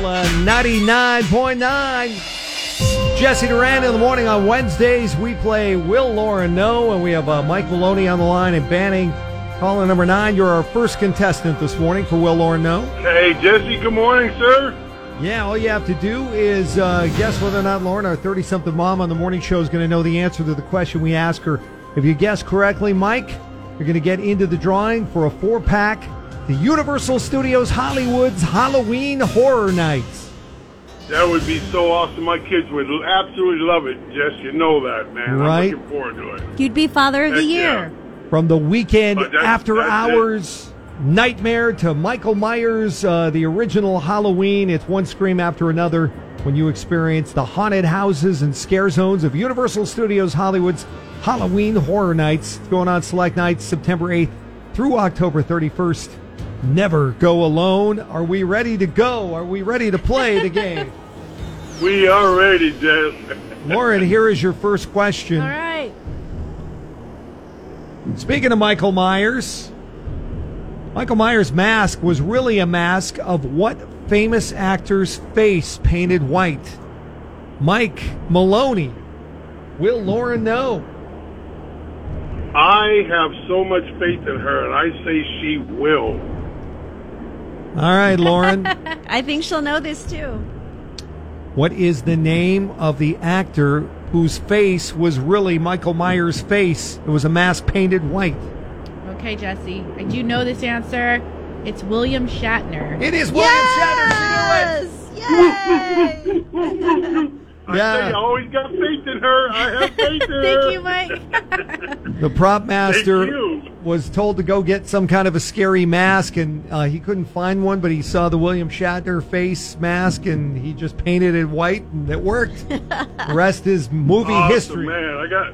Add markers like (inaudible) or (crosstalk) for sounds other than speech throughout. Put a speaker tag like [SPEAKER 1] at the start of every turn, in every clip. [SPEAKER 1] Mula 99.9. Jesse Duran in the morning on Wednesdays. We play Will Laura No, and we have uh, Mike Maloney on the line and Banning. Caller number nine, you're our first contestant this morning for Will Laura No.
[SPEAKER 2] Hey, Jesse, good morning, sir.
[SPEAKER 1] Yeah, all you have to do is uh, guess whether or not Lauren, our 30 something mom on the morning show, is going to know the answer to the question we ask her. If you guess correctly, Mike, you're going to get into the drawing for a four pack to Universal Studios Hollywood's Halloween Horror Nights.
[SPEAKER 2] That would be so awesome. My kids would l- absolutely love it, Jess. You know that, man.
[SPEAKER 1] Right.
[SPEAKER 2] I'm looking forward to it.
[SPEAKER 3] You'd be father of the
[SPEAKER 2] Heck
[SPEAKER 3] year.
[SPEAKER 1] From the weekend
[SPEAKER 2] But that's-
[SPEAKER 1] after
[SPEAKER 2] that's it.
[SPEAKER 1] hours nightmare to Michael Myers, uh, the original Halloween. It's one scream after another when you experience the haunted houses and scare zones of Universal Studios Hollywood's Halloween Horror Nights. It's going on select nights September 8th through October 31st. Never go alone. Are we ready to go? Are we ready to play
[SPEAKER 3] (laughs)
[SPEAKER 1] the game?
[SPEAKER 2] We are ready, Jess.
[SPEAKER 1] Lauren, here is your first question.
[SPEAKER 3] All right.
[SPEAKER 1] Speaking of Michael Myers, Michael Myers' mask was really a mask of what famous actor's face painted white? Mike Maloney. Will Laura know?
[SPEAKER 2] I have so much faith in her, and I say she will.
[SPEAKER 1] All right, Lauren.
[SPEAKER 3] I think she'll know this too.
[SPEAKER 1] what is the name of the actor whose face was really Michael Myers' face? It was a mask painted white.
[SPEAKER 4] Okay, Jesse. I do know this answer. It's William Shatner.
[SPEAKER 1] It is William Shatner.
[SPEAKER 3] Yes! Yay!
[SPEAKER 2] I
[SPEAKER 1] Yeah.
[SPEAKER 2] say I always got faith in her. I have
[SPEAKER 1] (laughs)
[SPEAKER 2] faith in her.
[SPEAKER 4] Thank you, Mike.
[SPEAKER 1] She knew it. The prop master.
[SPEAKER 2] Thank you.
[SPEAKER 1] was told to go get some kind of a scary mask, and uh, he couldn't find one, but he saw the William Shatner face mask, and he just painted it white, and it worked. The Rest is movie
[SPEAKER 2] Awesome,
[SPEAKER 1] history.
[SPEAKER 2] man. I got.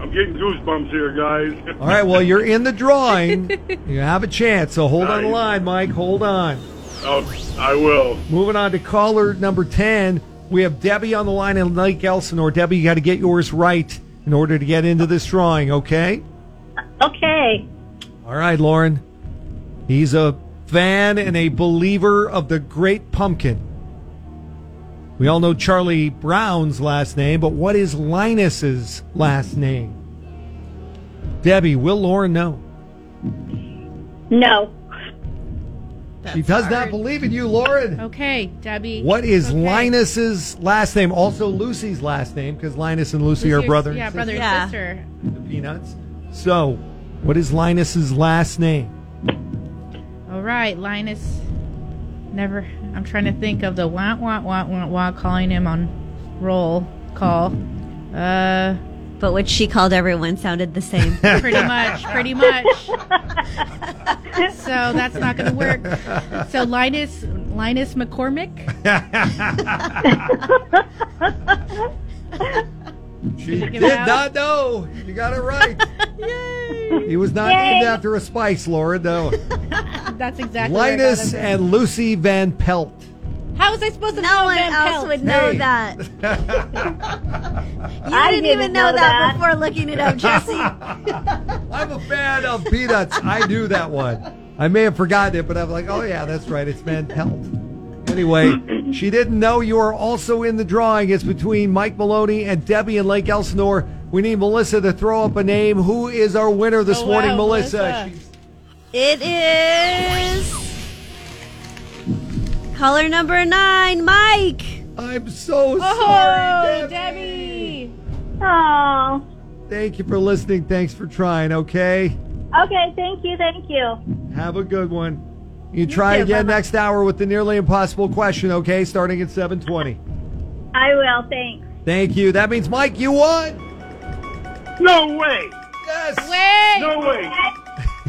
[SPEAKER 2] I'm getting goosebumps here, guys.
[SPEAKER 1] All right, well, you're in the
[SPEAKER 2] (laughs)
[SPEAKER 1] drawing. You have a chance, so hold on the
[SPEAKER 2] Nice.
[SPEAKER 1] line, Mike. Hold on.
[SPEAKER 2] (laughs) Oh, I will.
[SPEAKER 1] Moving on to caller number 10. We have Debbie on the line in Lake Elsinore. Debbie, you got to get yours right in order to get into this drawing, okay?
[SPEAKER 5] Okay.
[SPEAKER 1] All right, Lauren. He's a fan and a believer of the great pumpkin. We all know Charlie Brown's last name, but what is Linus's last name? Debbie, will Lauren know?
[SPEAKER 5] No.
[SPEAKER 1] she does not believe in you, Lauren.
[SPEAKER 4] Okay, Debbie.
[SPEAKER 1] What is
[SPEAKER 4] Okay.
[SPEAKER 1] Linus's last name? Also Lucy's last name, because Linus and Lucy, are
[SPEAKER 4] Lucy's-
[SPEAKER 1] brother and
[SPEAKER 4] Yeah,
[SPEAKER 1] sister,
[SPEAKER 4] brother and
[SPEAKER 3] Yeah.
[SPEAKER 4] sister.
[SPEAKER 1] peanuts. So, what is Linus's last name?
[SPEAKER 4] All right, Linus. Never. I'm trying to think of the wah wah wah wah wah calling him on roll call. Uh,
[SPEAKER 3] But what she called everyone sounded the same.
[SPEAKER 1] (laughs)
[SPEAKER 4] pretty much, pretty much. So that's not going to work. So Linus, Linus McCormick.
[SPEAKER 1] She did
[SPEAKER 4] it out?
[SPEAKER 1] not know. You got it
[SPEAKER 4] (laughs)
[SPEAKER 1] right. He was not
[SPEAKER 5] Yay.
[SPEAKER 1] named after a spice, Laura.
[SPEAKER 4] (laughs)
[SPEAKER 1] No.
[SPEAKER 4] That's exactly. where I got
[SPEAKER 1] Linus
[SPEAKER 4] him.
[SPEAKER 1] and Lucy Van Pelt.
[SPEAKER 4] How was I supposed to
[SPEAKER 3] no
[SPEAKER 4] know
[SPEAKER 3] one
[SPEAKER 4] Van
[SPEAKER 3] else
[SPEAKER 4] Pelt?
[SPEAKER 3] would know
[SPEAKER 1] Hey.
[SPEAKER 3] that. you
[SPEAKER 5] I
[SPEAKER 3] didn't,
[SPEAKER 5] didn't
[SPEAKER 3] even know, that,
[SPEAKER 5] know that.
[SPEAKER 3] before looking it up, Jesse.
[SPEAKER 1] I'm a fan of peanuts. I knew that one. I may have forgotten it, but I'm like, oh yeah, that's right. It's Van Pelt. Anyway, she didn't know you are also in the drawing. It's between Mike Maloney and Debbie in Lake Elsinore. We need Melissa to throw up a name. Who is our winner this
[SPEAKER 4] Oh, wow,
[SPEAKER 1] morning, Melissa?
[SPEAKER 4] Melissa.
[SPEAKER 1] She's-
[SPEAKER 3] it is caller number nine, Mike.
[SPEAKER 1] I'm so sorry,
[SPEAKER 4] Oh,
[SPEAKER 1] Debbie.
[SPEAKER 4] Debbie.
[SPEAKER 5] Oh.
[SPEAKER 1] Thank you for listening. Thanks for trying, okay?
[SPEAKER 5] Okay. Thank you. Thank you.
[SPEAKER 1] Have a good one. You try
[SPEAKER 4] too,
[SPEAKER 1] again
[SPEAKER 4] bye-bye.
[SPEAKER 1] next hour with the nearly impossible question, okay? Starting at 720.
[SPEAKER 5] I will. Thanks.
[SPEAKER 1] Thank you. That means, Mike, you won.
[SPEAKER 2] No way.
[SPEAKER 1] Yes. (laughs)
[SPEAKER 4] Wait.
[SPEAKER 2] No way.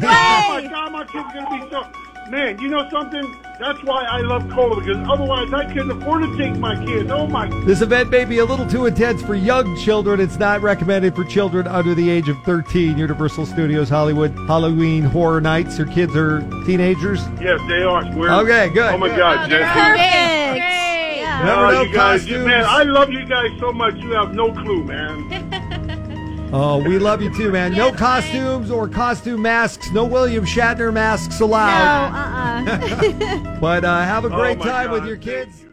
[SPEAKER 2] Oh my God, my kid's gonna be so. Man, you know something? That's why I love cola because otherwise I couldn't afford to take my kid. Oh my.
[SPEAKER 1] This event may be a little too intense for young children. It's not recommended for children under the age of 13. Universal Studios Hollywood Halloween Horror Nights. Your kids are teenagers.
[SPEAKER 2] Yes, they are. Swear.
[SPEAKER 1] Okay, good.
[SPEAKER 2] Oh my God,
[SPEAKER 4] they're
[SPEAKER 2] Jesse.
[SPEAKER 4] all
[SPEAKER 3] Perfect.
[SPEAKER 4] big. Great.
[SPEAKER 3] Yeah.
[SPEAKER 1] Never
[SPEAKER 2] Oh,
[SPEAKER 1] know
[SPEAKER 2] you guys, you, man,
[SPEAKER 1] costumes.
[SPEAKER 2] I love you guys so much. You have no clue, man.
[SPEAKER 1] Oh, we love you too, man. No
[SPEAKER 4] Yes, Mike.
[SPEAKER 1] costumes or costume masks. No William Shatner masks allowed.
[SPEAKER 3] Oh,
[SPEAKER 1] (laughs)
[SPEAKER 3] uh-uh.
[SPEAKER 1] But uh, have a great
[SPEAKER 2] Oh, my
[SPEAKER 1] time with
[SPEAKER 2] God,
[SPEAKER 1] your
[SPEAKER 2] thank
[SPEAKER 1] kids.
[SPEAKER 2] you.